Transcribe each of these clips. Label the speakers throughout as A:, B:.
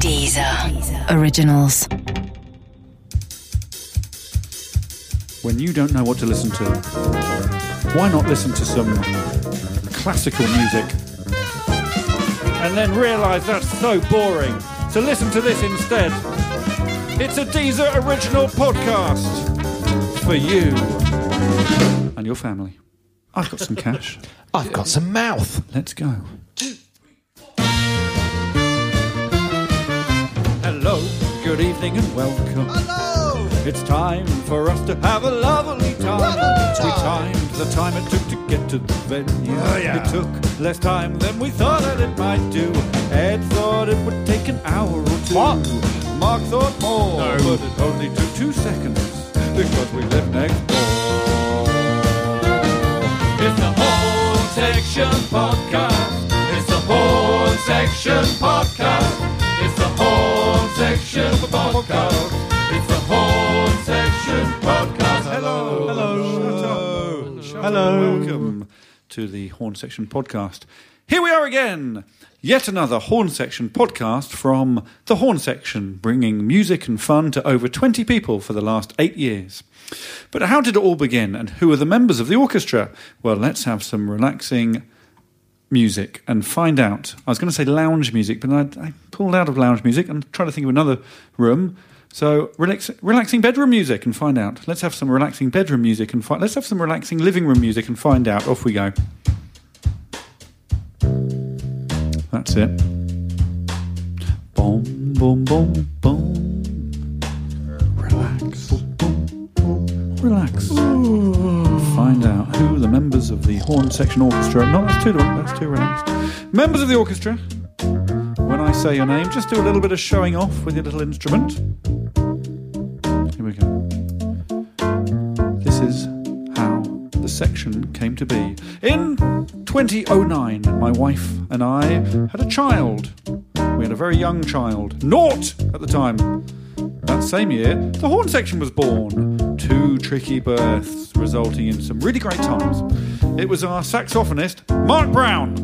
A: Deezer Originals.
B: When you don't know what to listen to, why not listen to some classical music and then realize that's so boring? So listen to this instead. It's a Deezer original podcast for you and your family. I've got some cash.
C: I've got some mouth.
B: Let's go. Hello, good evening, and welcome.
C: Hello.
B: It's time for us to have a lovely time.
C: Lovely
B: We
C: time.
B: timed the time it took to get to the venue.
C: Oh, yeah.
B: It took less time than we thought that it might do. Ed thought it would take an hour or two.
C: Mark.
B: Mark thought more,
C: No.
B: but it only took two seconds because we live next door. It's the whole section podcast. It's the whole section podcast. It's the whole section podcast. It's the whole section podcast. Hello, hello, hello, welcome to the Horn Section podcast. Here we are again. Yet another Horn Section podcast from the Horn Section, bringing music and fun to over 20 people for the last eight years. But how did it all begin, and who are the members of the orchestra? Well, let's have some relaxing music and find out. I was going to say lounge music, but I, I pulled out of lounge music. I'm trying to think of another room. So relax, relaxing bedroom music and find out. Let's have some relaxing bedroom music and find. Let's have some relaxing living room music and find out. Off we go. That's it. Boom, boom, boom, boom. Relax. Boom, boom. Relax. Find out who the members of the Horn Section Orchestra. No, that's too that's too relaxed. Members of the orchestra. When I say your name, just do a little bit of showing off with your little instrument. Here we go. This is how the section came to be. In 2009, my wife and I had a child. We had a very young child, naught at the time. That same year, the horn section was born. Two tricky births resulting in some really great times. It was our saxophonist, Mark Brown,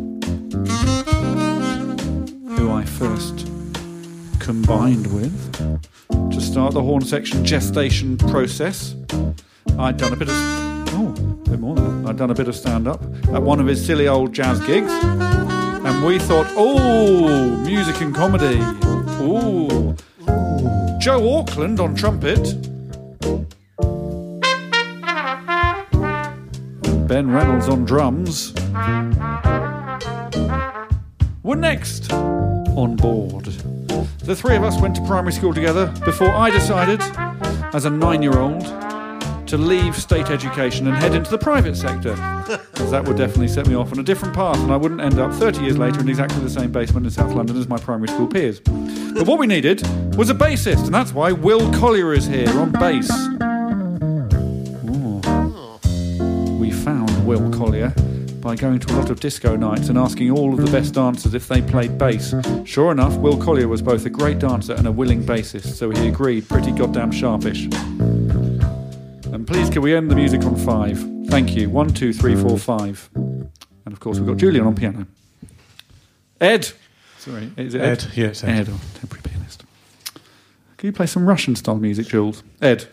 B: who I first combined with to start the horn section gestation process. I'd done a bit of oh, a bit more than that. I'd done a bit of stand up at one of his silly old jazz gigs, and we thought, oh, music and comedy, oh, Joe Auckland on trumpet, Ben Reynolds on drums. Were next on board. The three of us went to primary school together before I decided, as a nine year old, to leave state education and head into the private sector, because that would definitely set me off on a different path, and I wouldn't end up 30 years later in exactly the same basement in South London as my primary school peers. But what we needed was a bassist, and that's why Will Collier is here on bass. Ooh. We found Will Collier by going to a lot of disco nights and asking all of the best dancers if they played bass. Sure enough, Will Collier was both a great dancer and a willing bassist, so he agreed pretty goddamn sharpish. And please, can we end the music on five? Thank you. One, two, three, four, five. And of course, we've got Julian on piano. Ed! Sorry, is it Ed?
C: Ed, yeah, it's Ed.
B: Ed, oh, on temporary pianist. Can you play some Russian style music, Jules? Ed.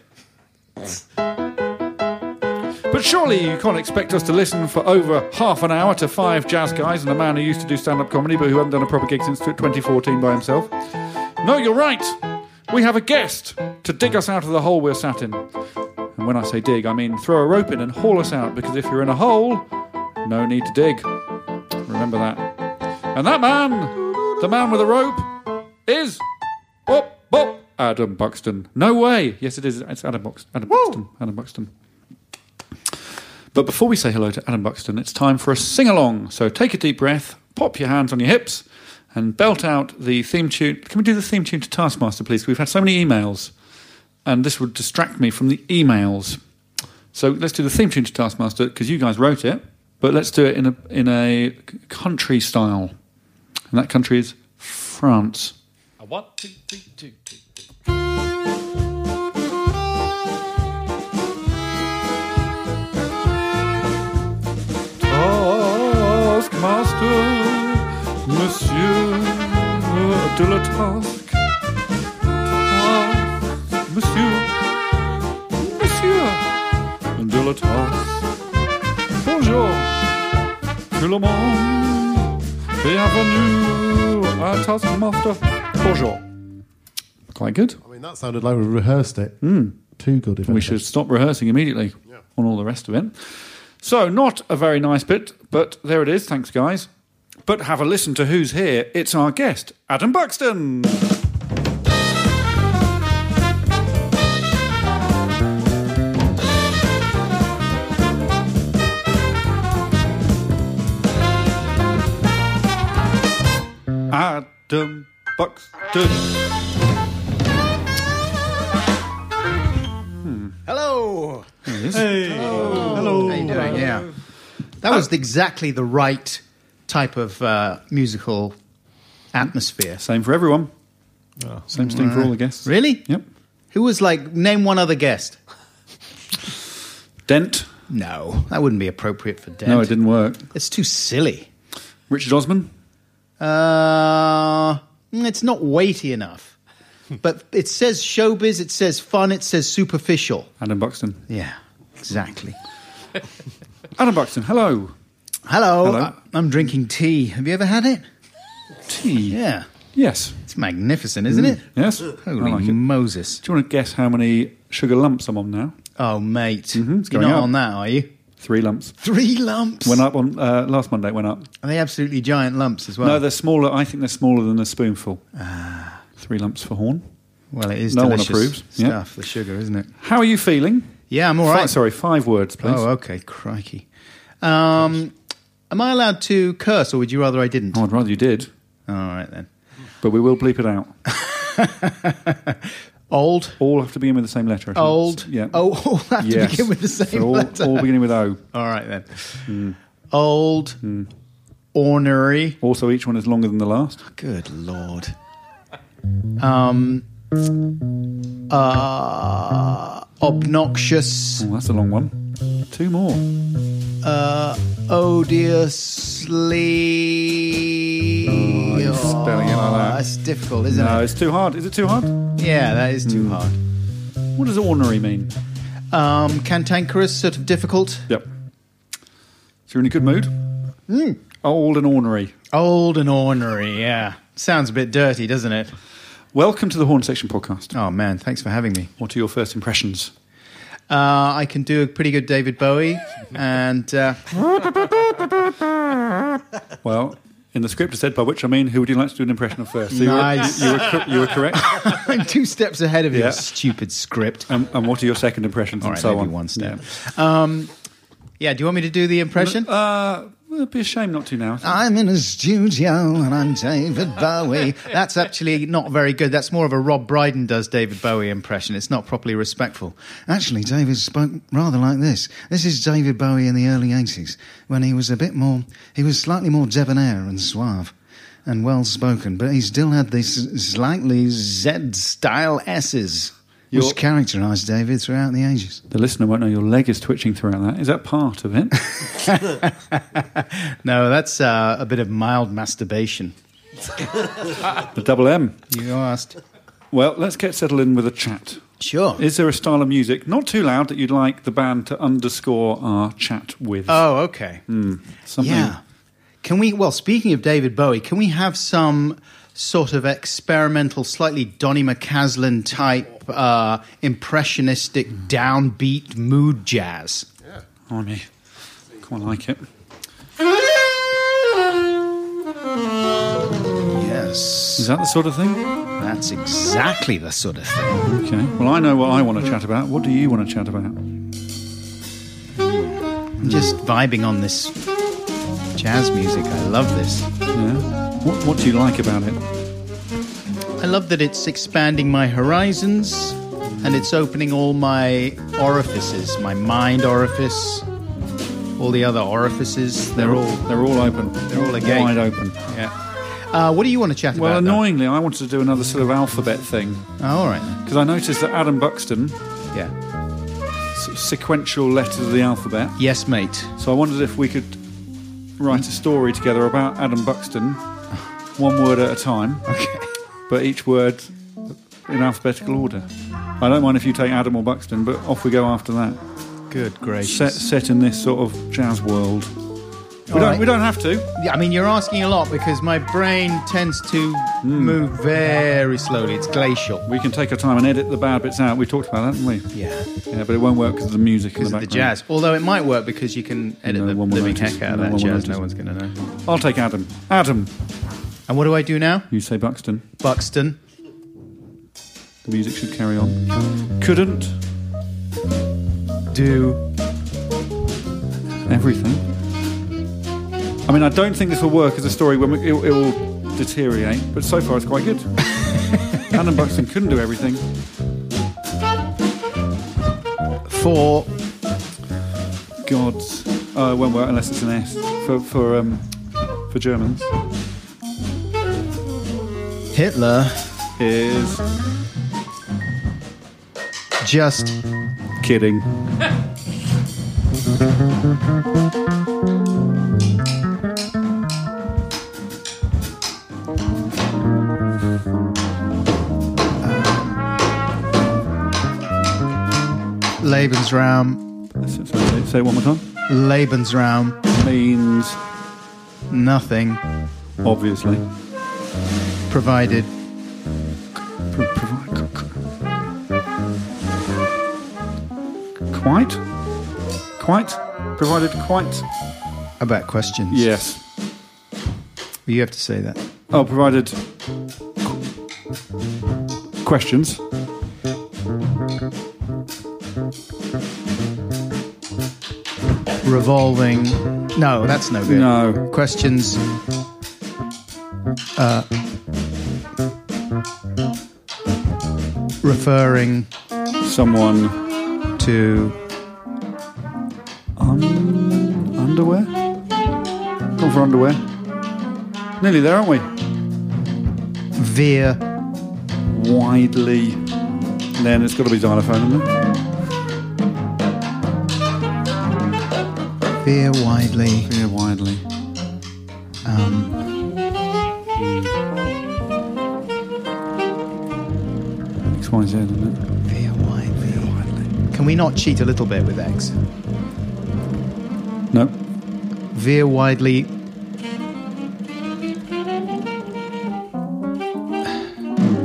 B: But surely you can't expect us to listen for over half an hour to five jazz guys and a man who used to do stand up comedy but who hadn't done a proper gig since 2014 by himself. No, you're right. We have a guest to dig us out of the hole we're sat in. And when I say dig, I mean throw a rope in and haul us out because if you're in a hole, no need to dig. Remember that. And that man, the man with the rope, is oh, oh, Adam Buxton. No way. Yes, it is. It's Adam Buxton. Adam Buxton. Adam Buxton. But before we say hello to Adam Buxton, it's time for a sing along. So take a deep breath, pop your hands on your hips, and belt out the theme tune. Can we do the theme tune to Taskmaster, please? We've had so many emails, and this would distract me from the emails. So let's do the theme tune to Taskmaster because you guys wrote it, but let's do it in a in a c- country style, and that country is France.
C: One, two, three, two, two.
B: Taskmaster, Monsieur de la Task, Monsieur, Monsieur, de la tasse. Bonjour, tout le monde. Bienvenue à Taskmaster. Bonjour. Quite good.
D: I mean, that sounded like we rehearsed it. Too good. If
B: Hmm. We
D: anything.
B: should stop rehearsing immediately on all the rest of it. So, not a very nice bit, but there it is. Thanks, guys. But have a listen to who's here. It's our guest, Adam Buxton. Adam Buxton.
E: Hello.
D: Hello.
E: How you doing? Yeah. That was exactly the right type of uh, musical atmosphere.
B: Same for everyone. Same thing for all the guests.
E: Really?
B: Yep.
E: Who was like name one other guest?
B: Dent.
E: No, that wouldn't be appropriate for Dent.
B: No, it didn't work.
E: It's too silly.
B: Richard Osman.
E: Uh, it's not weighty enough. But it says showbiz, it says fun, it says superficial.
B: Adam Buxton.
E: Yeah, exactly.
B: Adam Buxton, hello.
E: Hello.
B: Hello.
E: I- I'm drinking tea. Have you ever had it?
B: Tea.
E: Yeah.
B: Yes.
E: It's magnificent, isn't it?
B: Yes. Mm. I
E: Holy
B: like it.
E: Moses.
B: Do you want to guess how many sugar lumps I'm on now?
E: Oh, mate.
B: Mm-hmm. it's
E: You're
B: going
E: not
B: up.
E: on that, are you?
B: Three lumps.
E: Three lumps.
B: Went up on uh, last Monday. It went up.
E: Are they absolutely giant lumps as well?
B: No, they're smaller. I think they're smaller than a spoonful.
E: Ah.
B: Three lumps for horn.
E: well, it is
B: no one
E: delicious
B: approves. Yeah.
E: stuff, the sugar, isn't it?
B: How are you feeling?
E: Yeah, I'm all
B: Fi-
E: right.
B: sorry, five words, please.
E: Oh, okay. Crikey. Um, am I allowed to curse, or would you rather I didn't?
B: Oh, I'd rather you did,
E: All right, then.
B: but we will bleep it out.
E: Old.
B: All have to begin with the same letter. I think.
E: Old.
B: Yeah.
E: Oh, all have
B: yes.
E: to begin with the same
B: They're all,
E: letter.
B: all Mm. beginning with O.
E: all right, then. Old.
B: Mm.
E: Ornery.
B: Also, each one is longer than the last.
E: Good lord. Um. Uh, obnoxious.
B: Oh, that's a long one. Two more.
E: uh, odiously.
B: Oh, you're spelling it like that.
E: That's difficult, isn't
B: No,
E: it?
B: it's too hard. Is it too hard?
E: Yeah, that is too hard.
B: What does ornery mean?
E: Um, cantankerous, sort of difficult.
B: Yep. So you're in a good mood? Hmm. Old and ornery.
E: Old and ornery, yeah. Sounds a bit dirty, doesn't it?
B: Welcome to the Horn Section podcast.
E: Oh, man, thanks for having me.
B: What are your first impressions?
E: Uh, I can do a pretty good David Bowie, and uh,
B: Well, in the script it said, by which I mean, who would you like to do an impression of first? So you were-
E: Nice.
B: you, were, cor- you were correct.
E: I'm two steps ahead of you,
B: Yeah.
E: stupid script.
B: and, and what are your second impressions
E: All
B: and
E: right,
B: so
E: maybe
B: on?
E: one step.
B: Yeah.
E: Yeah, do you want me to do the impression?
B: Uh, it'd be a shame not to now.
E: I'm in a studio and I'm David Bowie. That's actually not very good. That's more of a Rob Brydon does David Bowie impression. It's not properly respectful. Actually, David spoke rather like this. This is David Bowie in the early 80s when he was a bit more, he was slightly more debonair and suave and well spoken, but he still had these slightly Z style S's.
B: You're-
E: Which characterised David throughout the ages.
B: The listener won't know your leg is twitching throughout that. Is that part of it?
E: No, that's uh, a bit of mild masturbation.
B: the double M.
E: You asked.
B: Well, let's get settled in with a chat.
E: Sure.
B: Is there a style of music, not too loud, that you'd like the band to underscore our chat with?
E: Oh, okay.
B: Something.
E: Yeah. Can we, well, speaking of David Bowie, can we have some sort of experimental, slightly Donny McCaslin type, uh, impressionistic, downbeat mood jazz?
B: Oh, me. Quite like it. Is
E: Yes.
B: that the sort of thing?
E: That's exactly the sort of thing.
B: Okay. Well, I know what I want to chat about. What do you want to chat about?
E: I'm just vibing on this jazz music. I love this.
B: Yeah. What, what do you like about it?
E: I love that it's expanding my horizons and it's opening all my orifices, my mind orifice, all the other orifices. They're all
B: they're all open. They're
E: all agape.
B: wide open.
E: Yeah. Uh, what do you want to chat
B: Well,
E: about? though?
B: annoyingly, I wanted to do another sort of alphabet thing
E: Oh, all right.
B: because I noticed that Adam Buxton
E: Yeah.
B: s- sequential letters of the alphabet.
E: Yes, mate.
B: So I wondered if we could write a story together about Adam Buxton, one word at a time,
E: Okay.
B: but each word in alphabetical order. I don't mind if you take Adam or Buxton, but off we go after that.
E: Good gracious.
B: Set set in this sort of jazz world. We don't
E: right.
B: we don't have to.
E: Yeah, I mean, you're asking a lot because my brain tends to
B: Hmm.
E: move very slowly. It's glacial.
B: We can take our time and edit the bad bits out. We talked about that, didn't we?
E: Yeah.
B: Yeah, but it won't work because of the music in
E: Because
B: the
E: of the
B: background.
E: jazz. Although it might work because you can edit
B: No
E: the
B: one will
E: living
B: notice.
E: heck out of
B: No
E: that
B: one will
E: jazz.
B: notice.
E: No one's going to know.
B: I'll take Adam. Adam,
E: And what do I do now?
B: you say Buxton.
E: Buxton.
B: The music should carry on. Couldn't
E: Do.
B: everything. I mean, I don't think this will work as a story when we, it, it will deteriorate, but so far it's quite good. Adam Buxton couldn't do everything.
E: For.
B: Gods. Oh, it won't work unless it's an S for for um for Germans.
E: Hitler.
B: Is
E: Just.
B: kidding.
E: Lebensraum.
B: Sorry, Say say it one more time.
E: Lebensraum.
B: Means
E: Nothing.
B: obviously.
E: Provided.
B: Pro- provide- c- c- Quite, quite, provided quite.
E: About questions.
B: Yes.
E: You have to say that.
B: Oh, provided questions.
E: Revolving. No, that's no good.
B: No.
E: Questions. Uh. Referring
B: Someone
E: to
B: un- underwear. Gone for underwear. Nearly there, aren't we?
E: via
B: Widely. Then it's got to be xylophone, isn't it?
E: via widely
B: Yeah, widely. Um. X Y Z, isn't
E: via widely can we not cheat a little bit with x
B: it? No.
E: via widely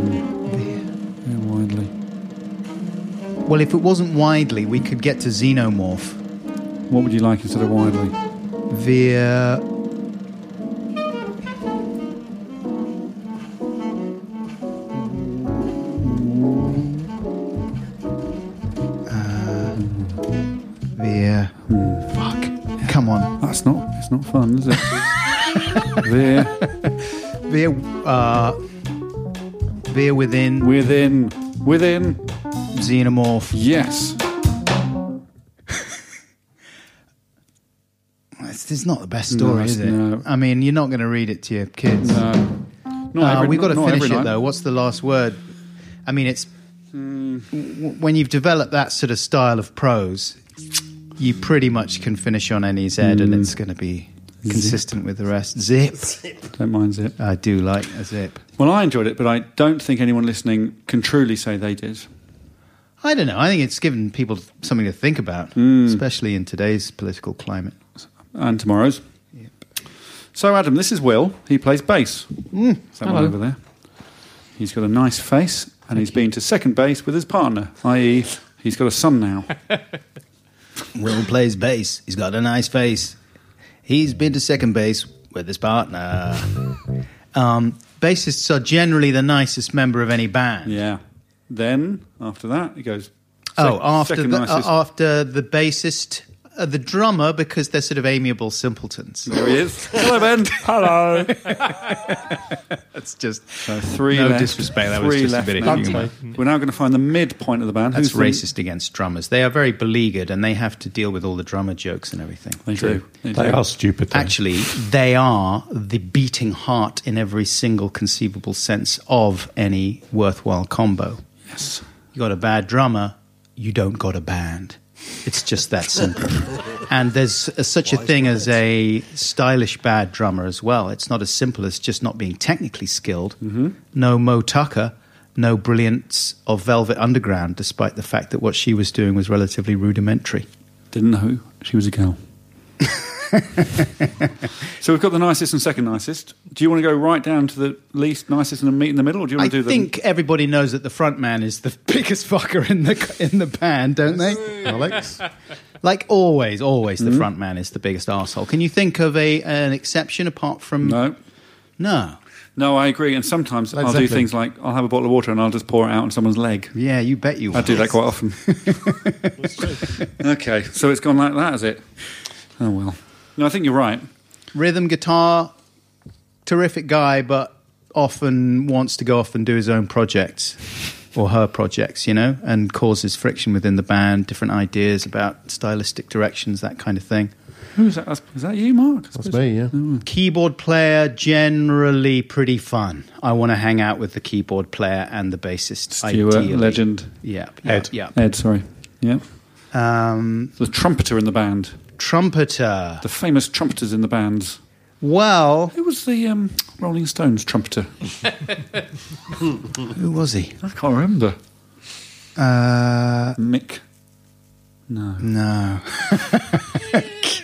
B: Yeah, widely.
E: well if it wasn't widely we could get to xenomorph
B: What would you like instead of widely?
E: via Uh, via fuck come on
B: That's not. It's not fun, is it? there,
E: via uh via within
B: within, within.
E: xenomorph
B: Yes.
E: It's, it's not the best story,
B: it's
E: is it?
B: not.
E: I mean, you're not going to read it to your kids.
B: No.
E: Uh,
B: Not every-
E: we've got to
B: not
E: finish
B: every
E: it
B: night.
E: though. What's the last word? I mean, it's w- when you've developed that sort of style of prose, you pretty much can finish on any Z, and
B: Mm.
E: it's going to be consistent with the rest. Zip.
B: Don't mind it.
E: I do like a zip.
B: Well, I enjoyed it, but I don't think anyone listening can truly say they did.
E: I don't know. I think it's given people something to think about,
B: Mm.
E: especially in today's political climate.
B: And tomorrow's. So, Adam, this is Will. He plays bass.
E: Mm.
B: Is that one over there? He's got a nice face, and he's been to second base with his partner, i.e., he's got a son now.
E: Will plays bass. He's got a nice face. He's been to second base with his partner. um, bassists are generally the nicest member of any band.
B: yeah. Then after that, he goes.
E: Oh,
B: sec-
E: after
B: second
E: the,
B: nicest.
E: uh, after the bassist, uh, the drummer, because they're sort of amiable simpletons.
B: There he is. Hello, Ben. Hello.
E: That's just
B: So three
E: No
B: left.
E: disrespect, that
B: Three
E: was just a
B: left
E: bit of
B: now.
E: humour.
B: We're now going to find the midpoint of the band.
E: that's
B: Who's the-
E: racist against drummers. They are very beleaguered, and they have to deal with all the drummer jokes and everything.
B: They do. They
D: They
B: do.
D: are stupid. though.
E: Actually, they are the beating heart in every single conceivable sense of any worthwhile combo.
B: Yes.
E: You got a bad drummer, you don't got a band. It's just that simple. and there's uh, such a thing as a stylish bad drummer as well. It's not as simple as just not being technically skilled. No Mo Tucker, no brilliance of Velvet Underground, despite the fact that what she was doing was relatively rudimentary.
B: Didn't know she was a girl. so we've got the nicest and second nicest. Do you want to go right down to the least nicest and meet in the middle? Or do you
E: I
B: want to do
E: think everybody knows that the front man is the biggest fucker in the in the band, don't they?
D: Alex.
E: Like always, always
B: Hmm?
E: the front man is the biggest asshole. Can you think of a an exception apart from
B: the no?
E: No.
B: No, I agree. And sometimes
D: Led
B: I'll do
D: Zeppelin.
B: things like I'll have a bottle of water and I'll just pour it out on someone's leg.
E: Yeah, you bet you.
B: I do
E: will.
B: that quite often. okay, so it's gone like that, is it? Oh well. No, I think you're right.
E: Rhythm guitar, terrific guy, but often wants to go off and do his own projects or her projects, you know, and causes friction within the band, different ideas about stylistic directions, that kind of thing.
B: Who's that? That's- Is that you, Mark?
D: That's me, yeah.
E: Keyboard player generally pretty fun. I want to hang out with the keyboard player and the bassist.
B: Stuart,
E: ideally.
B: legend.
E: Yep.
B: Ed.
E: Yep.
B: Ed, sorry. Yeah.
E: yep. Um,
B: The trumpeter in the band.
E: trumpeter.
B: The famous trumpeters in the bands.
E: Well,
B: Who was the um, Rolling Stones trumpeter?
E: who was he?
B: I can't remember.
E: Uh,
B: Mick.
E: no.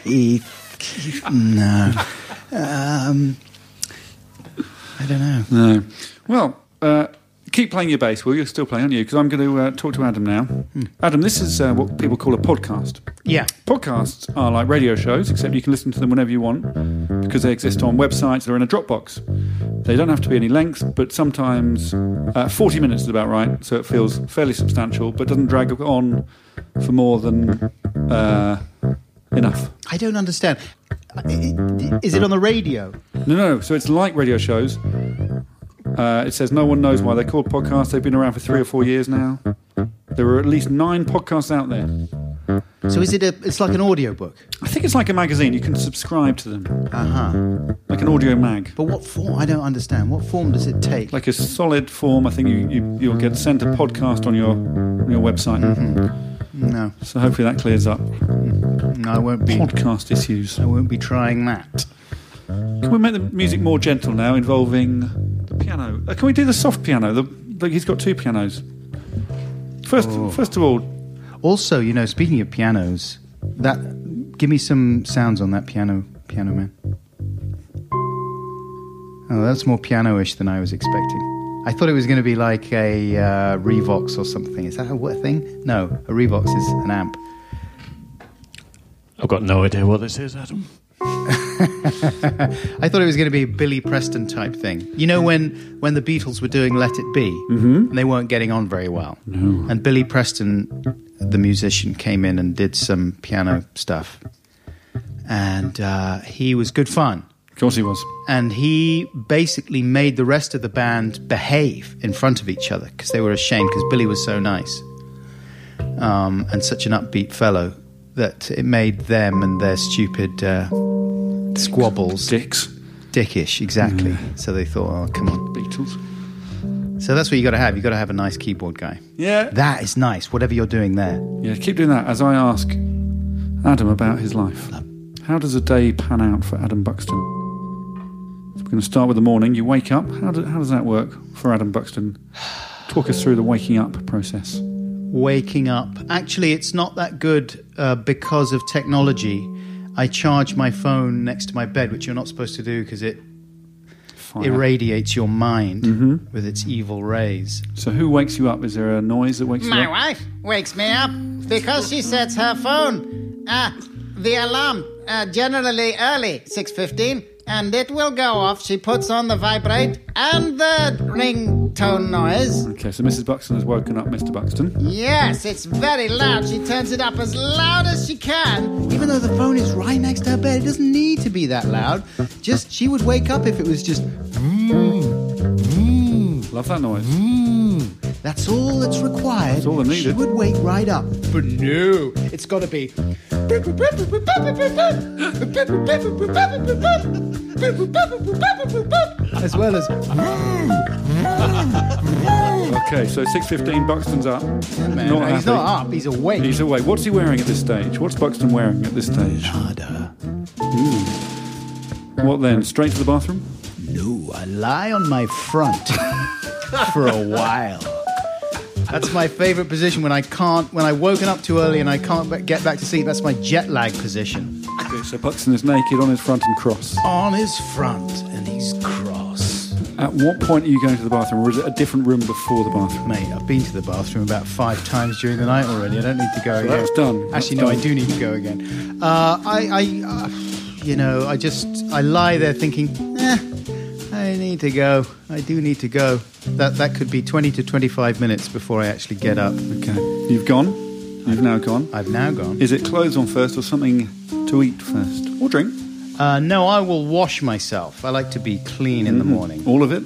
E: Keith. No. Um, I don't know.
B: No. Well, uh, keep playing your bass. Well, you're still playing, aren't you? Because I'm going to uh, talk to Adam now. Adam, this is uh, what people call a podcast.
E: Yeah.
B: Podcasts are like radio shows, except you can listen to them whenever you want because they exist on websites or in a Dropbox. They don't have to be any length, but sometimes uh, 40 minutes is about right, so it feels fairly substantial, but doesn't drag on for more than uh, enough.
E: I don't understand. I- I- Is it on the radio?
B: No, no. So it's like radio shows. Uh, it says no one knows why they're called podcasts. They've been around for three or four years now. There are at least nine podcasts out there.
E: So is it a? It's like an audiobook.
B: I think it's like a magazine. You can subscribe to them,
E: Uh huh.
B: like an audio mag,
E: But what form? I don't understand. What form does it take?
B: like a solid form. I think you, you you'll get sent a podcast on your on your website.
E: no,
B: So hopefully that clears up
E: no, I won't be.
B: podcast issues.
E: I won't be trying that.
B: Can we make the music more gentle now, involving the piano? Uh, can we do the soft piano? The, the he's got two pianos. First, first of all,
E: Also, you know, speaking of pianos, that give me some sounds on that piano, piano man. Oh, that's more piano-ish than I was expecting. I thought it was going to be like a uh, Revox or something. Is that a what thing? No, a Revox is an amp.
F: I've got no idea what this is, Adam.
E: I thought it was going to be a Billy Preston type thing. You know when when the Beatles were doing Let It Be, mm-hmm. and they weren't getting on very well. No. And Billy Preston, the musician, came in and did some piano stuff, and uh, he was good fun.
B: of course he was.
E: And he basically made the rest of the band behave in front of each other because they were ashamed because Billy was so nice um, and such an upbeat fellow that it made them and their stupid uh, squabbles
B: Dicks.
E: dickish exactly so they thought oh come on
B: Beatles.
E: so that's what you got to have you got to have a nice keyboard guy
B: Yeah.
E: that is nice whatever you're doing there
B: yeah, keep doing that as I ask Adam about his life. How does a day pan out for Adam Buxton? We're going to start with the morning. You wake up. How, do, how does that work for Adam Buxton? Talk us through the waking up process.
E: waking up actually it's not that good uh, because of technology i charge my phone next to my bed which you're not supposed to do because it
B: Fire.
E: irradiates your mind with its evil rays
B: So, who wakes you up? Is there a noise that wakes you up?
E: wife wakes me up because she sets her phone uh, the alarm uh, generally early
G: 6.15 and it will go off. She puts on the vibrate and the ringtone noise.
B: Okay, so Mrs. Buxton has woken up Mr. Buxton.
G: Yes, it's very loud. She turns it up as loud as she can.
E: Even though the phone is right next to her bed, it doesn't need to be that loud. Just she would wake up if it was just
B: Love that noise.
E: that's all that's required.
B: all that
E: She
B: needed.
E: would wake right up. But no, it's got to be. As well as
B: Okay, so 6.15, Buxton's up.
E: man,
B: Not
E: he's
B: happy.
E: not up, he's awake.
B: He's away. What's he wearing at this stage? What's Buxton wearing at this stage?
E: harder.
B: What then? Straight to the bathroom?
E: No, I lie on my front for a while. That's my favorite position when I can't, when I woken up too early and I can't ba- get back to sleep. That's my jet lag position.
B: So Buxton is naked on his front and cross.
E: On his front and he's cross.
B: At what point are you going to the bathroom, or is it a different room before the bathroom?
E: Mate, I've been to the bathroom about five times during the night already. I don't need to go again.
B: that's done. That's
E: Actually, no,
B: done.
E: I do need to go again. Uh, I, I uh, you know, I just, I lie there thinking, eh, I need to go. I do need to go. That that could be 20 to 25 minutes before I actually get up.
B: Okay, you've gone. You've now gone.
E: I've now gone.
B: Is it clothes on first, or something to eat first, or drink?
E: Uh, no, I will wash myself. I like to be clean
B: Mm-hmm.
E: in the morning.
B: Hmm. All of it.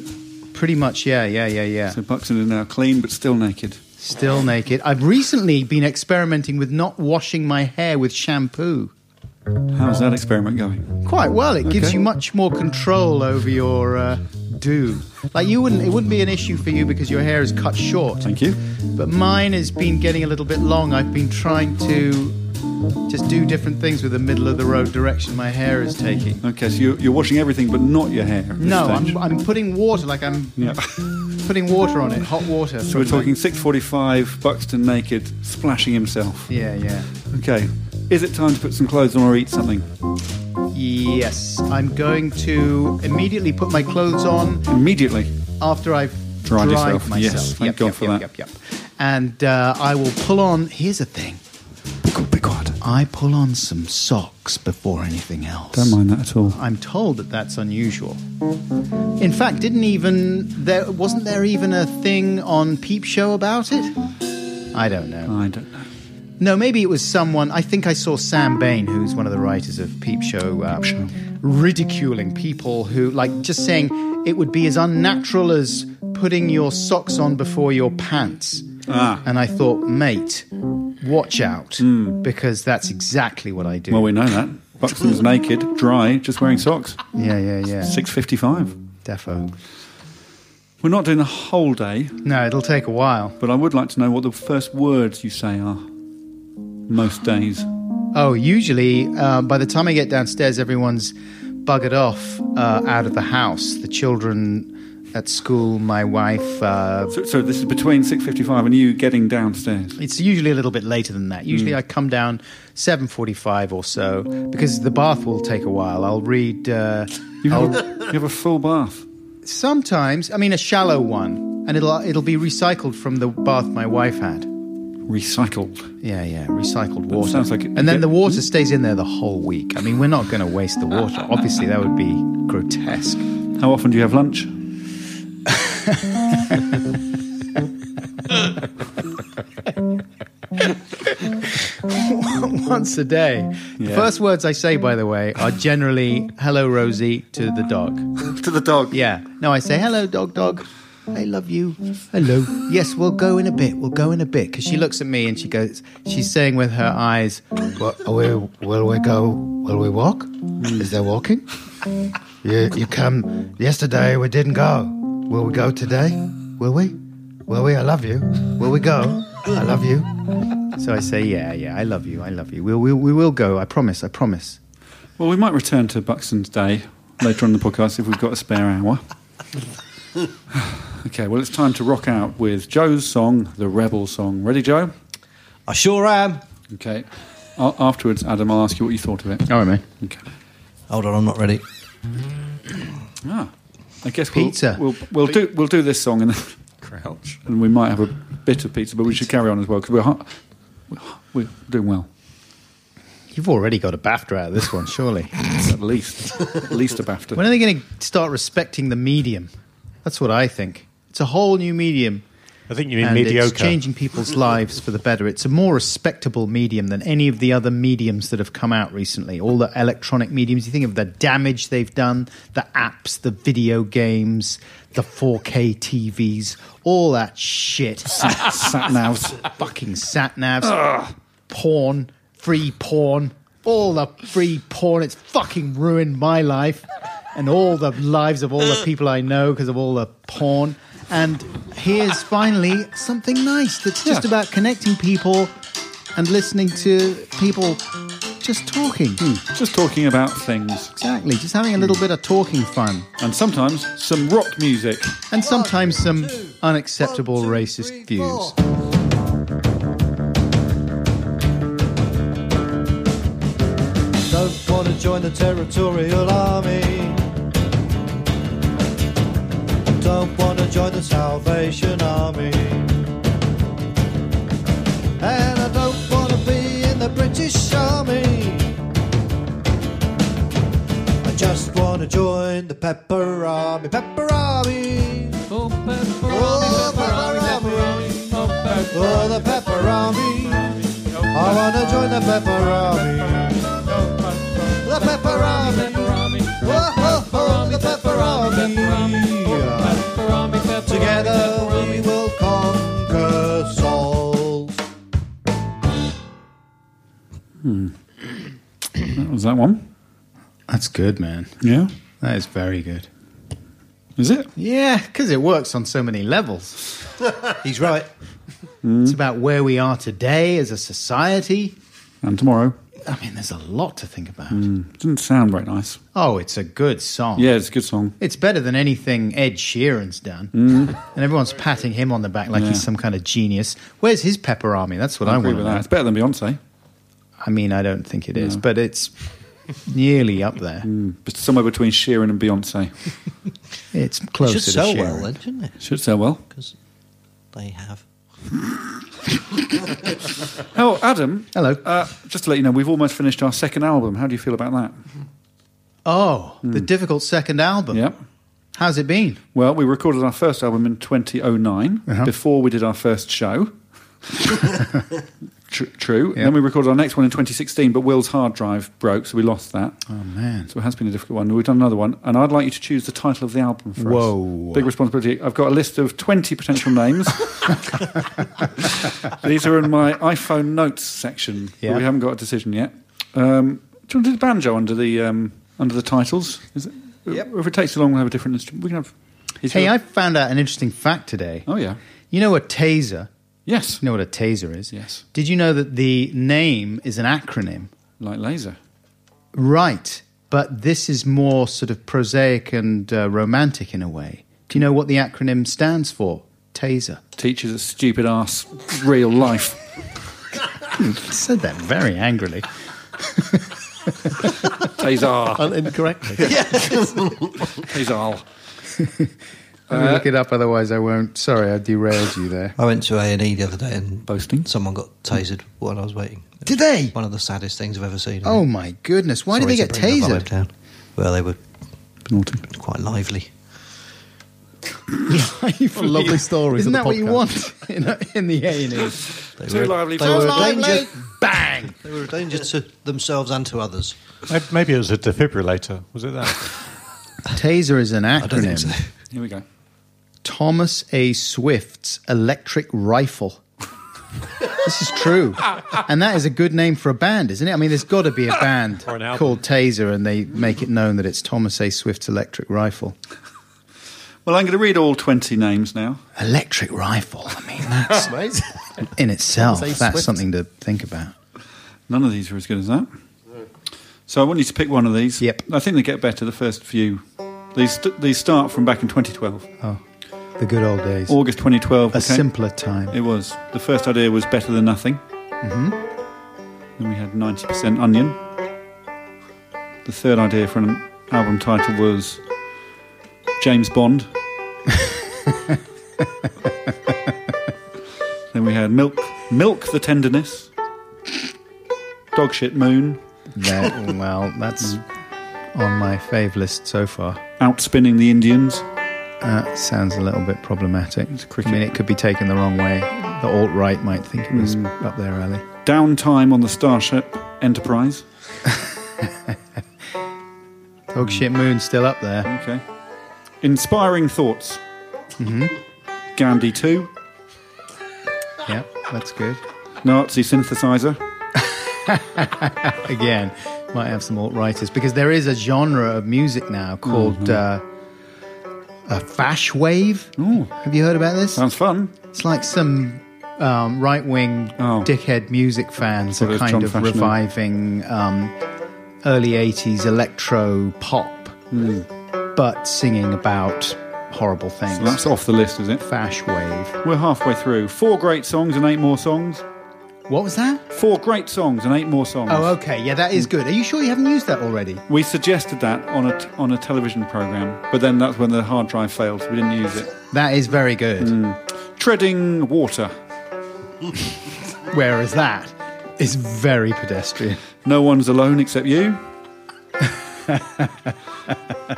E: Pretty much, yeah, yeah, yeah, yeah.
B: So Buxton is now clean but still naked.
E: Still naked. I've recently been experimenting with not washing my hair with shampoo.
B: How's that experiment going?
E: Quite well. It gives
B: Okay.
E: you much more control over your uh, do. Like you wouldn't, it wouldn't be an issue for you because your hair is cut short.
B: Thank you.
E: But mine has been getting a little bit long. I've been trying to just do different things with the middle of the road direction my hair is taking.
B: Okay, so you're, you're washing everything but not your hair. at this
E: No,
B: stage.
E: I'm, I'm putting water. Like I'm
B: Yeah.
E: putting water on it, hot water.
B: so we're talking 6:45. Buxton naked, splashing himself.
E: Yeah, yeah.
B: Okay. Is it time to put some clothes on or eat something?
E: Yes, I'm going to immediately put my clothes on
B: Immediately.
E: after I've
B: Dried
E: dried,
B: yourself.
E: myself.
B: Yes, thank
E: yep,
B: God
E: yep,
B: for
E: yep,
B: that.
E: Yep, yep. And uh, I will pull on. Here's the thing. I pull on some socks before anything else.
B: Don't mind that at all.
E: I'm told that that's unusual. In fact, didn't even there wasn't there even a thing on Peep Show about it? I don't know.
B: I don't know.
E: No, maybe it was someone. I think I saw Sam Bain, who's one of the writers of Peep Show, um, ridiculing people who, like, just saying it would be as unnatural as putting your socks on before your pants.
B: Ah. Hmm.
E: And I thought, mate, watch out, because that's exactly what I do.
B: Well, we know that. Buxton's naked, dry, just wearing socks.
E: yeah, yeah, yeah.
B: 6:55.
E: Defo.
B: We're not doing the whole day,
E: No, it'll take a while.
B: but I would like to know what the first words you say are. Most days.
E: Oh, usually uh, by the time I get downstairs, everyone's buggered off uh, out of the house. The children at school, my wife. Uh,
B: So, so this is between 6:55 and you getting downstairs.
E: it's usually a little bit later than that.
B: Hmm.
E: Usually I come down 7:45 or so because the bath will take a while. I'll read. Uh,
B: You have,
E: I'll-
B: a, you have a full bath.
E: sometimes, I mean, a shallow one, and it'll it'll be recycled from the bath my wife had.
B: Recycled.
E: Yeah, yeah, recycled water.
B: sounds like it-
E: and then the water stays in there the whole week. I mean, we're not going to waste the water. Obviously, that would be grotesque.
B: How often do you have lunch?
E: Once a day. The
B: Yeah.
E: first words I say, by the way, are generally "Hello, Rosie" to the dog.
B: to the dog.
E: Yeah. No, I say hello, dog, dog. I love you. Hello. Yes, we'll go in a bit. We'll go in a bit. Because she looks at me and she goes, she's saying with her eyes,
F: Well, will, will we go? Will we walk? Is there walking? You, you come. Yesterday we didn't go. Will we go today? Will we? Will we? I love you. Will we go? I love you.
E: so I say, yeah, yeah, I love you. I love you. We'll, we'll, we will go. I promise. I promise.
B: Well, we might return to Buxton's day later on in the podcast if we've got a spare hour. okay, well, it's time to rock out with Joe's song, the Rebel song. Ready, Joe?
H: I sure am.
B: Okay. A- afterwards, Adam, I'll ask you what you thought of it.
E: All right, man.
B: Okay.
H: Hold on, I'm not ready.
B: Ah, I guess we'll,
E: Pizza.
B: We'll, we'll do we'll do this song and
H: Crouch.
B: and we might have a bit of pizza, but we should carry on as well because we're, ha- we're ha- we're doing well
E: You've already got a BAFTA out of this one, surely.
B: at least at least a BAFTA.
E: when are they going to start respecting the medium? That's what I think. It's a whole new medium.
I: I think you mean
E: and
I: mediocre.
E: It's changing people's lives for the better. It's a more respectable medium than any of the other mediums that have come out recently. All the electronic mediums, you think of the damage they've done, the apps, the video games, the 4K TVs, all that shit.
B: Sat navs.
E: Fucking sat navs, porn, free porn, all the free porn. It's fucking ruined my life and all the lives of all the people I know because of all the porn. And here's finally something nice that's just
B: Yeah.
E: about connecting people and listening to people Just talking.
B: Just talking about things.
E: Exactly. Just having a little bit of talking fun.
B: And sometimes some rock music.
E: And sometimes some unacceptable racist views.
H: Don't want to join the territorial army. Don't want to join the Salvation Army. And I don't want to be in the British Army. I just want to join the Pepper Army. Pepper Army. Oh, Pepper Army. Oh, the Pepper Army. I want to join the Pepper Army. The pepperoni. Whoa, ho, the pepperoni. Together we will conquer souls.
B: That was that one.
E: That's good, man.
B: Yeah.
E: That is very good.
B: Is it?
E: Yeah, because it works on so many levels.
H: He's right.
E: It's about where we are today as a society.
B: And tomorrow.
E: I mean, there's a lot to think about.
B: Didn't sound very nice.
E: Oh, it's a good song.
B: Mm. Yeah, it's a good song.
E: It's better than anything Ed Sheeran's done. And everyone's patting him on the back like
B: Mm. Yeah.
E: he's some kind of genius. Where's his pepper army? That's what I,
B: I agree
E: want to
B: with
E: know.
B: that. It's better than Beyonce.
E: I mean, I don't think it is, but it's nearly up there.
B: But somewhere between Sheeran and Beyonce.
E: It's closer
H: Should sell
E: to Sheeran.
H: well then, shouldn't it?
B: Should sell well.
H: Because they have.
B: Oh, Adam.
E: Hello.
B: Uh, just to let you know, we've almost finished our second album. How do you feel about that?
E: Oh, the difficult second album.
B: Mm. Yep.
E: How's it been?
B: Well, we recorded our first album in 2009
E: Uh-huh.
B: before we did our first show. Tr- true. And then we recorded our next one in 2016, but Will's hard drive broke, so we lost that.
E: Oh man.
B: So it has been a difficult one. We've done another one, and I'd like you to choose the title of the album for us.
E: Whoa.
B: Big responsibility. I've got a list of 20 potential names. These are in my iPhone notes section,
E: Yeah.
B: but we haven't got a decision yet. Um, do you want to do the banjo under the um, under the titles? Is it?
H: Yep.
B: If it takes too long, we'll have a different instrument. We can have. is
E: Hey,
B: your-
E: I found out an interesting fact today.
B: Oh yeah.
E: You know a taser?
B: Yes.
E: You know what a taser is?
B: Yes.
E: Did you know that the name is an acronym?
B: Like laser.
E: Right, but this is more sort of prosaic and uh, romantic in a way. Do you know what the acronym stands for? Taser.
B: Teaches a stupid ass real life.
E: I said that very angrily.
B: Taser.
E: Incorrectly.
B: Taser.
E: Let me look it up, otherwise I won't. Sorry, I derailed you there.
H: I went to A and E the other day and
B: Boasting.
H: Someone got tasered while I was waiting.
E: Did they?
H: One of the saddest things I've ever seen.
E: Oh my goodness! Why
H: Sorry
E: did they
H: to
E: get
H: bring the vibe
E: tasered?
H: down. Well, they were
B: Naughty.
H: quite lively.
D: What a lovely story.
E: Isn't
D: for the
E: that what you
D: podcast.
E: want in, in the A and E?
H: They
B: Too
H: were,
B: lively
H: They
B: for
H: were, a
E: lively.
H: danger,
E: Bang!
H: they were a danger to themselves and to others.
I: May- Maybe it was a defibrillator. Was it that?
E: Taser is an
H: I don't think
E: acronym.
H: so.
B: Here we go.
E: Thomas A. Swift's electric rifle. this is true, and that is a good name for a band, isn't it? I mean, there's got to be a band
I: Or an album.
E: called Taser, and they make it known that it's Thomas A. Swift's electric rifle.
B: Well, I'm going to read all 20 names now.
E: Electric rifle. I mean, that's in itself.
D: Thomas A.
E: That's
D: Swift.
E: something to think about.
B: None of these are as good as that. So I want you to pick one of these.
E: Yep.
B: I think they get better the first few. These st- these start from back in 2012,
E: The good old days.
B: August 2012.
E: a
B: okay?
E: simpler time.
B: It was the first idea was better than nothing. Mm-hmm. Then we had 90% onion. The third idea for an album title was James Bond. then we had milk, milk the tenderness, dog shit moon.
E: That- well, that's Mm. on my fave list so far.
B: outspinning the Indians.
E: That sounds a little bit problematic.
B: cricket.
E: I mean, it could be taken the wrong way. The alt right might think it was up their alley.
B: Downtime on the Starship Enterprise.
E: Dog shit moon still up there.
B: Okay. Inspiring thoughts. Mm-hmm. Gandhi 2.
E: Yeah, that's good.
B: Nazi synthesizer.
E: Again, might have some alt righters because there is a genre of music now called uh, a fash wave.
B: Ooh.
E: Have you heard about this?
B: Sounds fun.
E: It's like some um, right wing
B: Oh.
E: dickhead music fans
B: One of
E: are
B: those
E: kind
B: John
E: of
B: Fashioner.
E: reviving um, early 80s electro pop,
B: Hmm.
E: but singing about horrible things.
B: That's off the list, is it?
E: Fash wave.
B: We're halfway through. Four great songs and eight more songs.
E: What was that?
B: Four great songs and eight more songs.
E: Oh, okay. Yeah, that is good. Are you sure you haven't used that already?
B: We suggested that on a, on a television program, but then that's when the hard drive failed, so we didn't use it.
E: That is very good.
B: Hmm. Treading Water.
E: Whereas that is very pedestrian.
B: No one's alone except you.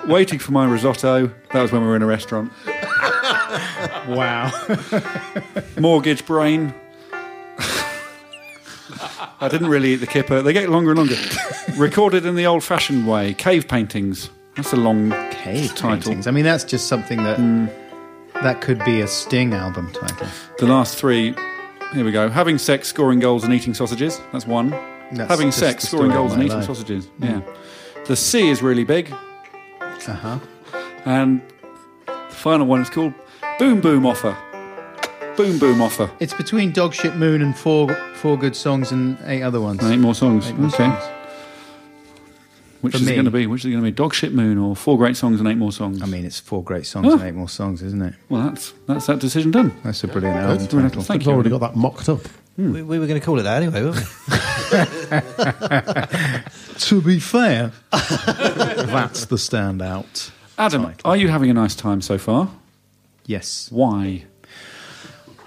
B: Waiting for my risotto. That was when we were in a restaurant.
E: Wow.
B: Mortgage Brain. I didn't really eat the kipper. They get longer and longer. Recorded in the old fashioned way. Cave paintings. That's a long
E: Cave
B: title. Hmm.
E: paintings. I mean, that's just something that that could be a Sting album title.
B: The last three. Here we go. Having sex, scoring goals, and eating sausages. That's one.
E: That's
B: Having
E: just
B: sex,
E: the
B: scoring
E: story of
B: goals, and
E: my
B: eating
E: life. Mm.
B: sausages. Yeah. The C is really big.
E: Uh huh.
B: And the final one is called Boom Boom Offer. Boom Boom Offer.
E: It's between Dog Shit Moon and four four good songs and eight other ones.
B: Eight more songs.
E: Eight more
B: okay.
E: songs.
B: Which
E: For
B: is it
E: me- Um,
B: going to be? Which is it going to be? Dog Shit Moon or Four Great Songs and Eight More Songs?
E: I mean, it's four great songs
B: Oh.
E: and eight more songs, isn't it?
B: well, that's that's that decision done.
E: That's a brilliant album
B: We're gonna-
E: title.
B: Thank
D: I've
B: you.
D: already got that mocked up.
J: Hmm.
H: We, we were going to call it that anyway, weren't we?
E: To be fair, that's the standout.
B: Adam, are you having a nice time so far?
E: Yes,
B: Why?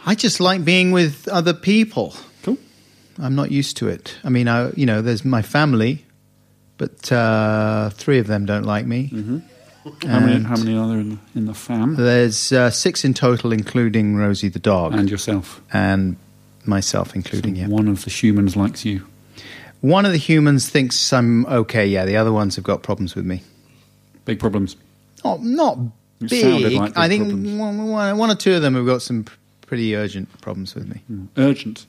E: I just like being with other people.
B: Cool.
E: I'm not used to it. I mean, I you know, there's my family, but uh, three of them don't like me.
B: Mm-hmm. How many,
E: And-
B: how many are there in the, in the fam?
E: There's uh, six in total, including Rosie the dog
B: and yourself.
E: and myself, including yeah.
B: One of the humans likes you.
E: One of the humans thinks I'm okay. Yeah, the other ones have got problems with me.
B: Big problems.
E: Not not
B: It sounded
E: big.
B: like big
E: I think
B: problems.
E: one, one, one or two of them have got some pr- pretty urgent problems with me.
B: Urgent.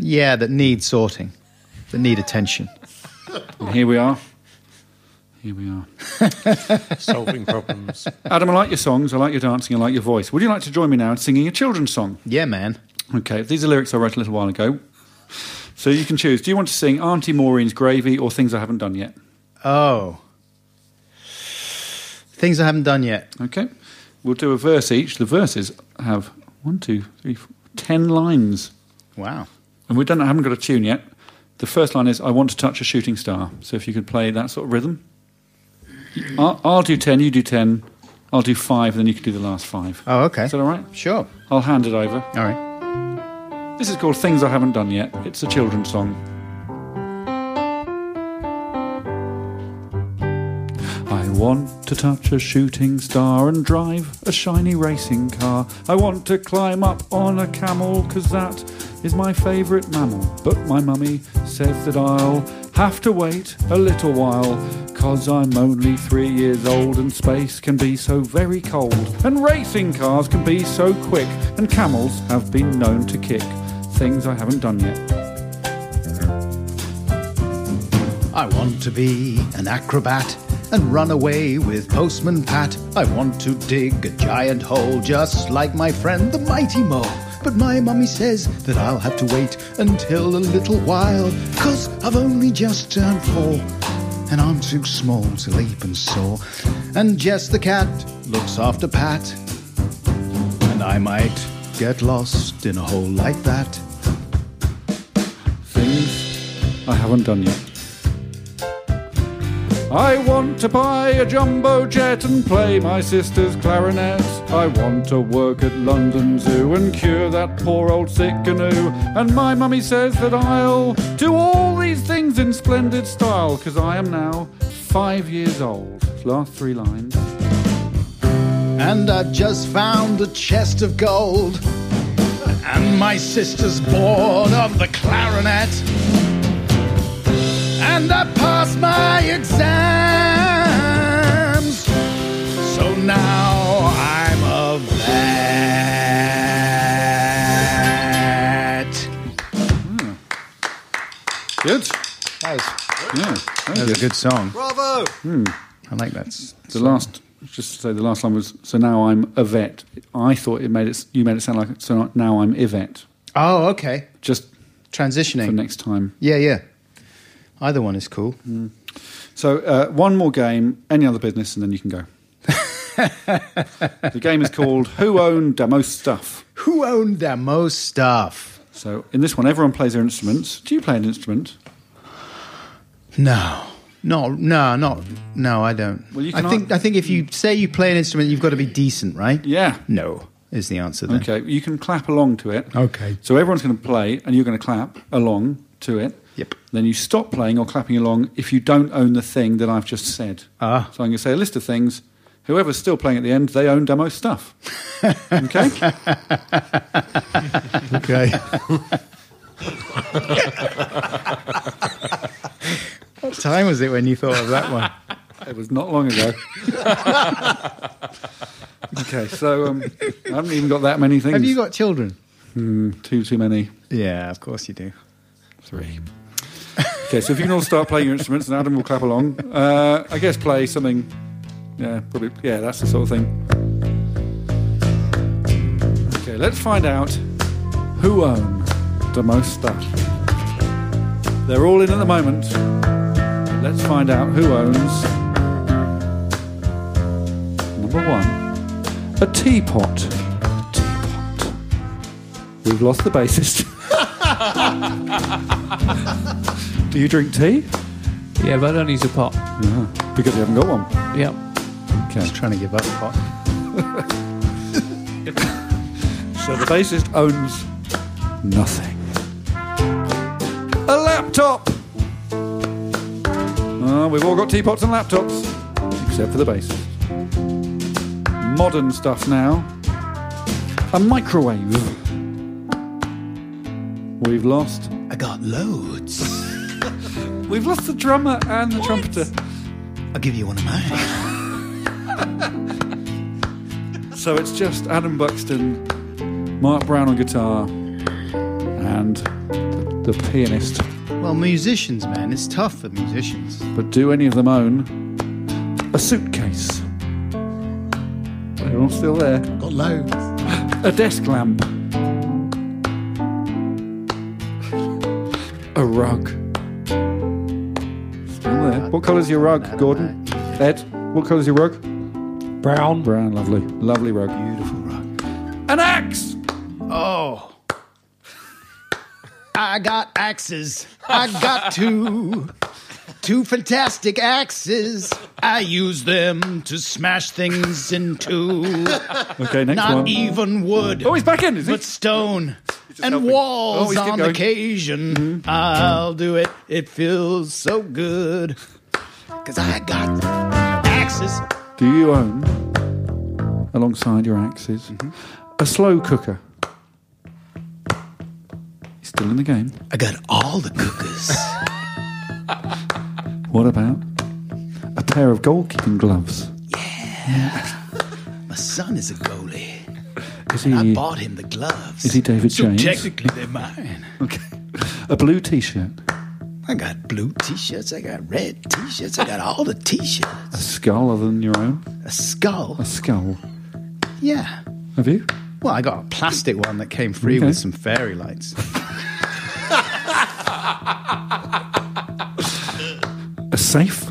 E: Yeah, that need sorting, that need attention.
B: And here we are. Here we are.
I: Solving problems.
B: Adam, I like your songs. I like your dancing. I like your voice. Would you like to join me now in singing a children's song?
E: Yeah, man.
B: Okay, these are lyrics I wrote a little while ago. So you can choose. Do you want to sing Auntie Maureen's Gravy or Things I Haven't Done Yet?
E: Oh, things I haven't done yet.
B: Okay, we'll do a verse each. The verses have one, two, three, four, ten lines,
E: Wow.
B: and we don't. I haven't got a tune yet. The first line is, "I want to touch a shooting star." So if you could play that sort of rhythm, I'll, I'll do ten. You do ten. I'll do five, and then you can do the last five.
E: Oh, okay.
B: Is that all right?
E: Sure.
B: I'll hand it over.
E: All right.
B: This is called Things I Haven't Done Yet. It's a children's song. I want to touch a shooting star and drive a shiny racing car. I want to climb up on a camel, cause that is my favourite mammal. But my mummy says that I'll have to wait a little while, cause I'm only three years old and space can be so very cold. And racing cars can be so quick, and camels have been known to kick. Things I haven't done yet.
E: I want to be an acrobat and run away with Postman Pat. I want to dig a giant hole just like my friend the Mighty Mole. But my mummy says that I'll have to wait until a little while, cause I've only just turned four. And I'm too small to leap and soar. And Jess the cat looks after Pat. And I might get lost in a hole like that.
B: Things I haven't done yet. I want to buy a jumbo jet and play my sister's clarinet. I want to work at London Zoo and cure that poor old sick canoe. And my mummy says that I'll do all these things in splendid style, because I am now five years old. Last three lines.
E: And I've just found a chest of gold. And my sister's bored of the clarinet. And I passed my exams. So now I'm a vet.
B: Good.
E: That was,
B: Yeah. very good.
E: a good song. Hmm,
H: Bravo!
E: I like that.
B: The last, just to say, the last line was so now I'm a vet. I thought it made it. You made it sound like so now I'm Yvette.
E: Oh, okay.
B: Just for
E: Transitioning.
B: next time.
E: yeah, yeah. Either one is cool.
B: So uh, one more game, any other business, and then you can go. the game is called Who Owned the Most Stuff.
E: Who owned the most stuff?
B: So in this one, everyone plays their instruments. Do you play an instrument?
E: No. No, no, not no. I don't.
B: Well, you
E: I
B: can
E: think
B: ar-
E: I think if you say you play an instrument, you've got to be decent, right?
B: Yeah.
E: No is the answer. Then.
B: Okay, you can clap along to it.
E: Okay.
B: So everyone's going to play, and you're going to clap along to it.
E: Yep.
B: Then you stop playing or clapping along if you don't own the thing that I've just said.
E: Ah.
B: So I'm going to say a list of things. Whoever's still playing at the end, they own the most stuff. Okay.
D: Okay.
E: What time was it when you thought of that one?
B: It was not long ago. okay, so um, I haven't even got that many things.
E: Have you got children?
B: too too many?
E: Yeah, of course you do.
B: Three. Okay, so if you can all start playing your instruments, and Adam will clap along. Uh, I guess play something. Yeah, probably. Yeah, that's the sort of thing. Okay, let's find out who owned the most stuff. They're all in at the moment. Let's find out who owns number one, a teapot. Teapot. We've lost the bassist. Do you drink tea?
K: Yeah, but I don't use a pot.
B: Because you haven't got one.
K: Yep.
B: Okay.
E: Trying to give up pot.
B: So the bassist owns nothing. A laptop! Ah, we've all got teapots and laptops, except for the bassist. Modern stuff now. A microwave. We've lost.
F: I got loads.
B: We've lost the drummer and the trumpeter.
F: I'll give you one of mine.
B: So it's just Adam Buxton, Mark Brown on guitar, and the pianist.
E: Well, musicians, man, it's tough for musicians.
B: But do any of them own a suitcase? They're all still there.
F: Got loads.
B: A desk lamp. A rug. Still there. What colour's your rug, Gordon? Ed, what colour's your rug?
I: Brown.
B: Brown, lovely. Lovely rug. Beautiful rug. An axe!
E: Oh. I got axes. I got two. Two fantastic axes. I use them to smash things into.
B: Okay, next
E: Not
B: one.
E: even wood,
B: oh, he's back in, is he?
E: but stone and
B: helping. Oh,
E: walls
B: he's keep
E: on
B: going. Mm-hmm.
E: occasion. I'll do it. It feels so good. Because I got axes.
B: Do you own, alongside your axes, a slow cooker? He's still in the game.
F: I got all the cookers.
B: What about a pair of goalkeeping gloves?
F: My son is a goalie.
B: Is he,
F: I bought him the gloves.
B: is he David James?
F: Technically, they're mine.
B: Okay. A blue t shirt,
F: I got blue t-shirts. I got red t-shirts. I got all the t-shirts.
B: a skull other than your own,
F: A skull.
B: a skull.
E: Yeah.
B: Have you?
E: Well, I got a plastic one that came free
B: Okay.
E: with some fairy lights.
B: A safe,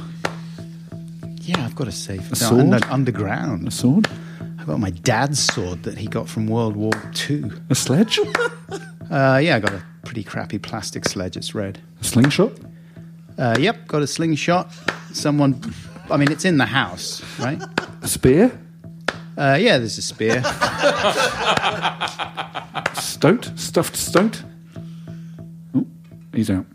E: Yeah, I've got a safe. A
B: sword? a
E: underground.
B: sword,
E: I've got my dad's sword that he got from World War II.
B: a sledge,
E: Uh, yeah, I got a pretty crappy plastic sledge. It's red.
B: a slingshot,
E: Uh, yep, got a slingshot. Someone, I mean, it's in the house, right?
B: a spear,
E: Uh, yeah, there's a spear.
B: stoat, stuffed stoat. Oh, he's out.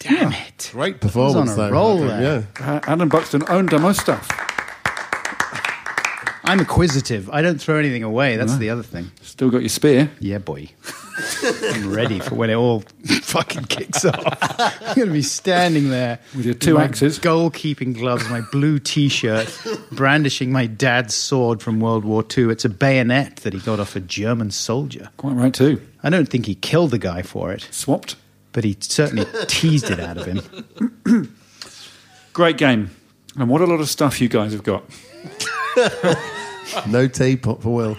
E: Damn it.
I: Great
D: Performance
E: I was on a
D: though,
E: roll
D: I think,
E: there.
D: Yeah.
B: Uh, Adam Buxton owned the most stuff.
E: I'm acquisitive. I don't throw anything away. That's the other thing.
B: Still got your spear.
E: Yeah, boy. I'm ready for when it all fucking kicks off. I'm going to be standing there
B: With your two
E: my
B: axes.
E: Goalkeeping gloves, my blue t shirt, brandishing my dad's sword from World War II. It's a bayonet that he got off a German soldier.
B: Quite right too.
E: I don't think he killed the guy for it,
B: Swapped.
E: but he certainly teased it out of him.
B: Great game. And what a lot of stuff you guys have got.
D: No teapot for Will.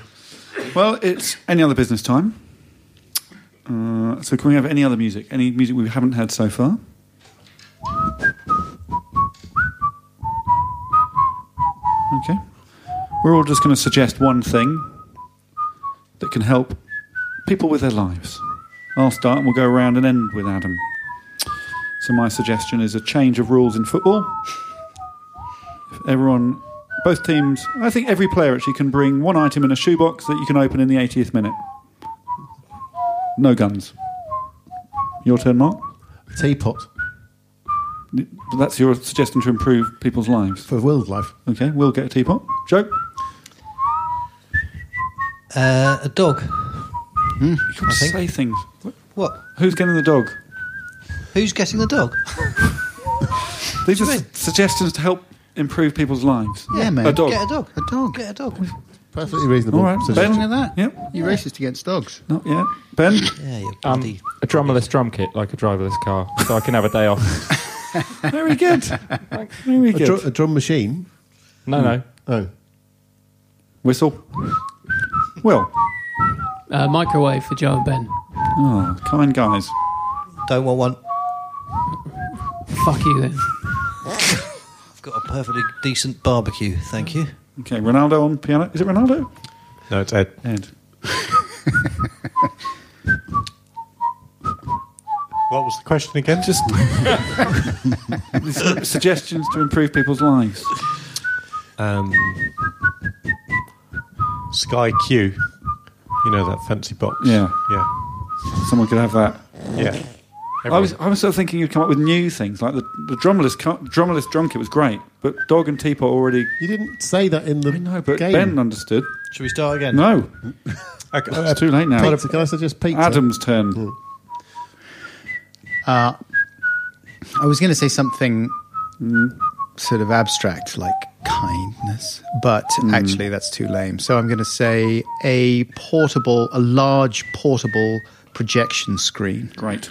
B: Well, it's any other business time. Uh, so, can we have any other music? Any music we haven't had so far? Okay. We're all just going to suggest one thing that can help people with their lives. I'll start and we'll go around and end with Adam. So, my suggestion is a change of rules in football. If everyone, both teams, I think every player actually can bring one item in a shoebox that you can open in the 80th minute. No guns. Your turn, Mark.
D: Teapot
B: That's your suggestion to improve people's lives.
D: for wildlife.
B: Okay, we'll get a teapot. Joe?
J: Uh, a dog.
B: You can say things.
J: What?
B: Who's getting the dog?
J: Who's getting the dog?
B: These are s- suggestions to help improve people's lives.
E: Yeah, man.
B: A dog.
J: Get a dog.
E: Oh, A dog.
J: Get a dog.
D: Perfectly reasonable.
B: All right,
D: suggestion.
B: Ben.
E: Look at that.
B: Yep.
E: You racist against dogs.
B: No, yeah. Ben?
J: Yeah, you
I: Um,
J: bloody.
I: a drummerless drum kit, like a driverless car, so I can have a day off.
B: Very good. Very
D: A,
B: good.
D: drum, a drum machine.
I: No, no.
D: Oh,
B: Whistle. Will.
K: Uh, microwave for Joe and Ben.
B: Oh, kind guys.
J: Don't want one.
K: Fuck you then.
J: I've got a perfectly decent barbecue, thank you.
B: Okay, Ronaldo on piano. Is it Ronaldo?
I: No, it's Ed.
B: Ed.
I: What was the question again?
B: Just These are suggestions to improve people's lives.
I: Um, Sky Q. You know that fancy box.
B: Yeah.
I: Yeah.
B: Someone could have that.
I: Yeah.
B: I was, I was sort of thinking you'd come up with new things, like the, the drumless, cu- drumless drum kit was great, but dog and teapot already.
D: you didn't say that in the
B: I know, but
D: game.
B: Ben understood.
J: Should we start again?
B: No,
I: Okay, uh,
B: it's too late now.
D: Pizza. Can I suggest pizza? Hmm.
B: Adam's turn.
E: I was going to say something sort of abstract, like kindness, but
B: Hmm.
E: actually that's too lame. So I'm going to say a portable, a large portable projection screen.
B: Great.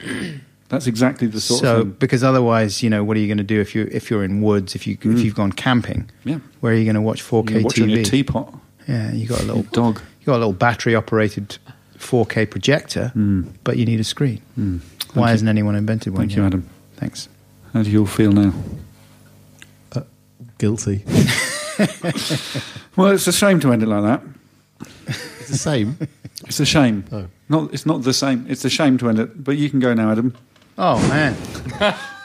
B: That's exactly the sort
E: So
B: of thing.
E: because otherwise, you know, what are you going to do if you if you're in woods if you if you've gone camping?
B: Hmm. Yeah.
E: Where are you going to watch 4K
B: You're watching
E: TV?
B: your teapot.
E: yeah, you got a little
B: dog.
E: You got a little battery operated 4K projector,
B: Hmm.
E: but you need a screen. Why hasn't anyone invented one?
B: Thank you,
E: yet?
B: Adam.
E: Thanks.
B: How do you all feel now?
D: uh, Guilty.
B: Well, it's a shame to end it like that.
D: It's the same.
B: It's a shame.
D: Oh.
B: Not, it's not the same. It's a shame to end it. But you can go now, Adam.
E: Oh man.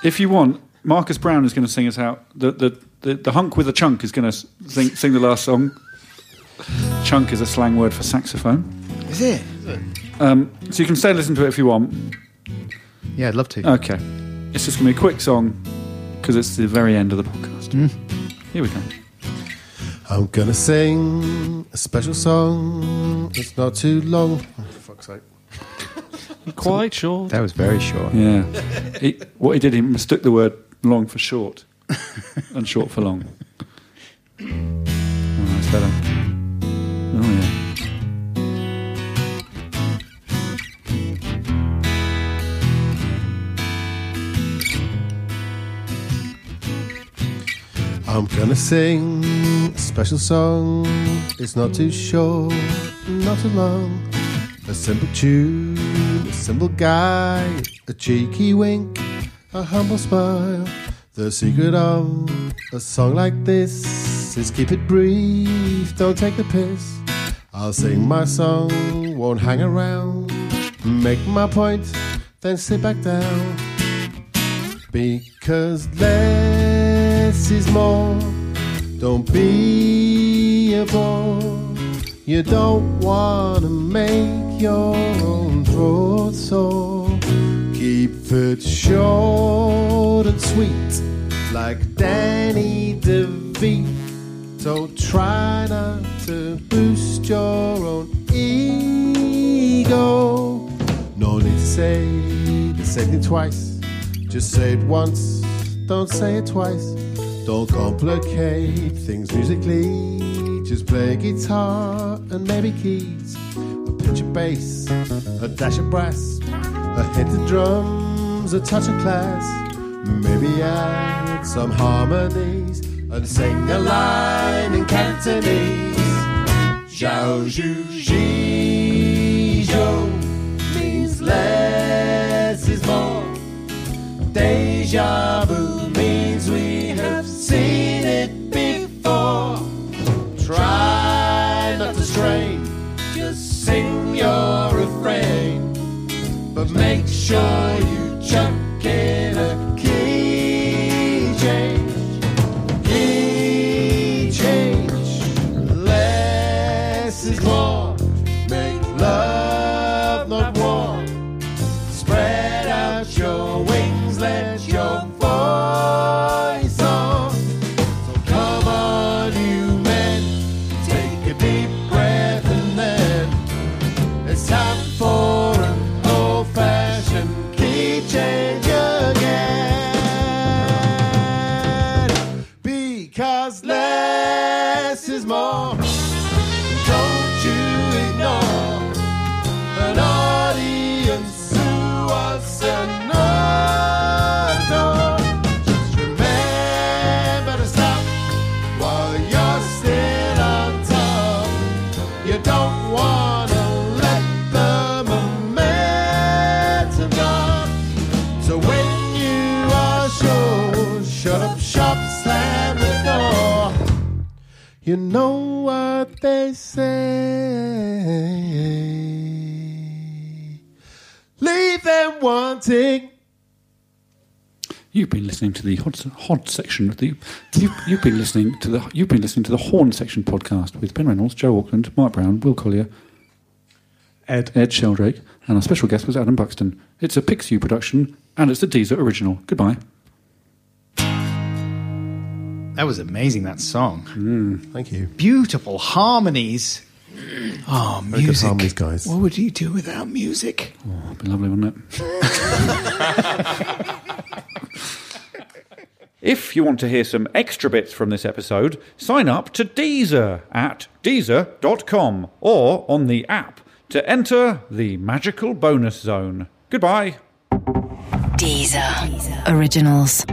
B: If you want, Marcus Brown is going to sing us out. The, the, the, the hunk with a chunk is going to sing, sing the last song. Chunk is a slang word for saxophone.
E: Is it?
B: Um, so you can stay and listen to it if you want.
E: Yeah, I'd love to.
B: Okay. It's just going to be a quick song because it's the very end of the podcast.
E: Hmm.
B: Here we go.
D: I'm gonna sing a special song. It's not too long. Oh, for fuck's sake.
I: quite sure.
E: that was very short.
B: Yeah. he, what he did, he mistook the word long for short and short for long. Oh, that's better. Oh, yeah.
D: I'm gonna sing a special song. It's not too short, not too long. A simple tune, a simple guy, a cheeky wink, a humble smile. The secret of a song like this is keep it brief, don't take the piss. I'll sing my song, won't hang around, make my point, then sit back down. Because less is more. Don't be a bore. You don't wanna make your own throat sore. Keep it short and sweet, like Danny DeVito. Try not to boost your own ego. No need to say the same thing twice. Just say it once, don't say it twice. Don't complicate things musically. Just play guitar and maybe keys. A pinch of bass, a dash of brass, a hit of drums, a touch of class. Maybe add some harmonies and sing a line in Cantonese. Zhao Zhu Zhi Zhou means let But make sure you chuck in a key change. Key change. Less is more. Make love, not war. Spread out your wings, let your voice on. So come on, you men, take a deep breath and then it's time for an old-fashioned key change again. Because less is more. Don't you ignore an audience who was an adult. Just remember to stop while you're still on top. You don't wanna let the momentum go. So when you are sure, shut up shop, slam the door. You know what they say. Leave them wanting.
B: You've been listening to the hod, hod section of the. You, you've been listening to the. You've been listening to the horn section podcast with Ben Reynolds, Joe Auckland, Mark Brown, Will Collier, Ed Ed Sheldrake, and our special guest was Adam Buxton. It's a Pixiu production, and it's a Deezer original. Goodbye.
E: That was amazing, that song.
D: Thank you.
E: Beautiful harmonies. Oh,
D: Very good
E: music.
D: harmonies, guys.
E: What would you do without music?
B: Oh, it'd be lovely, wouldn't it? If you want to hear some extra bits from this episode, sign up to Deezer at deezer.com or on the app to enter the magical bonus zone. Goodbye.
A: Deezer. Originals.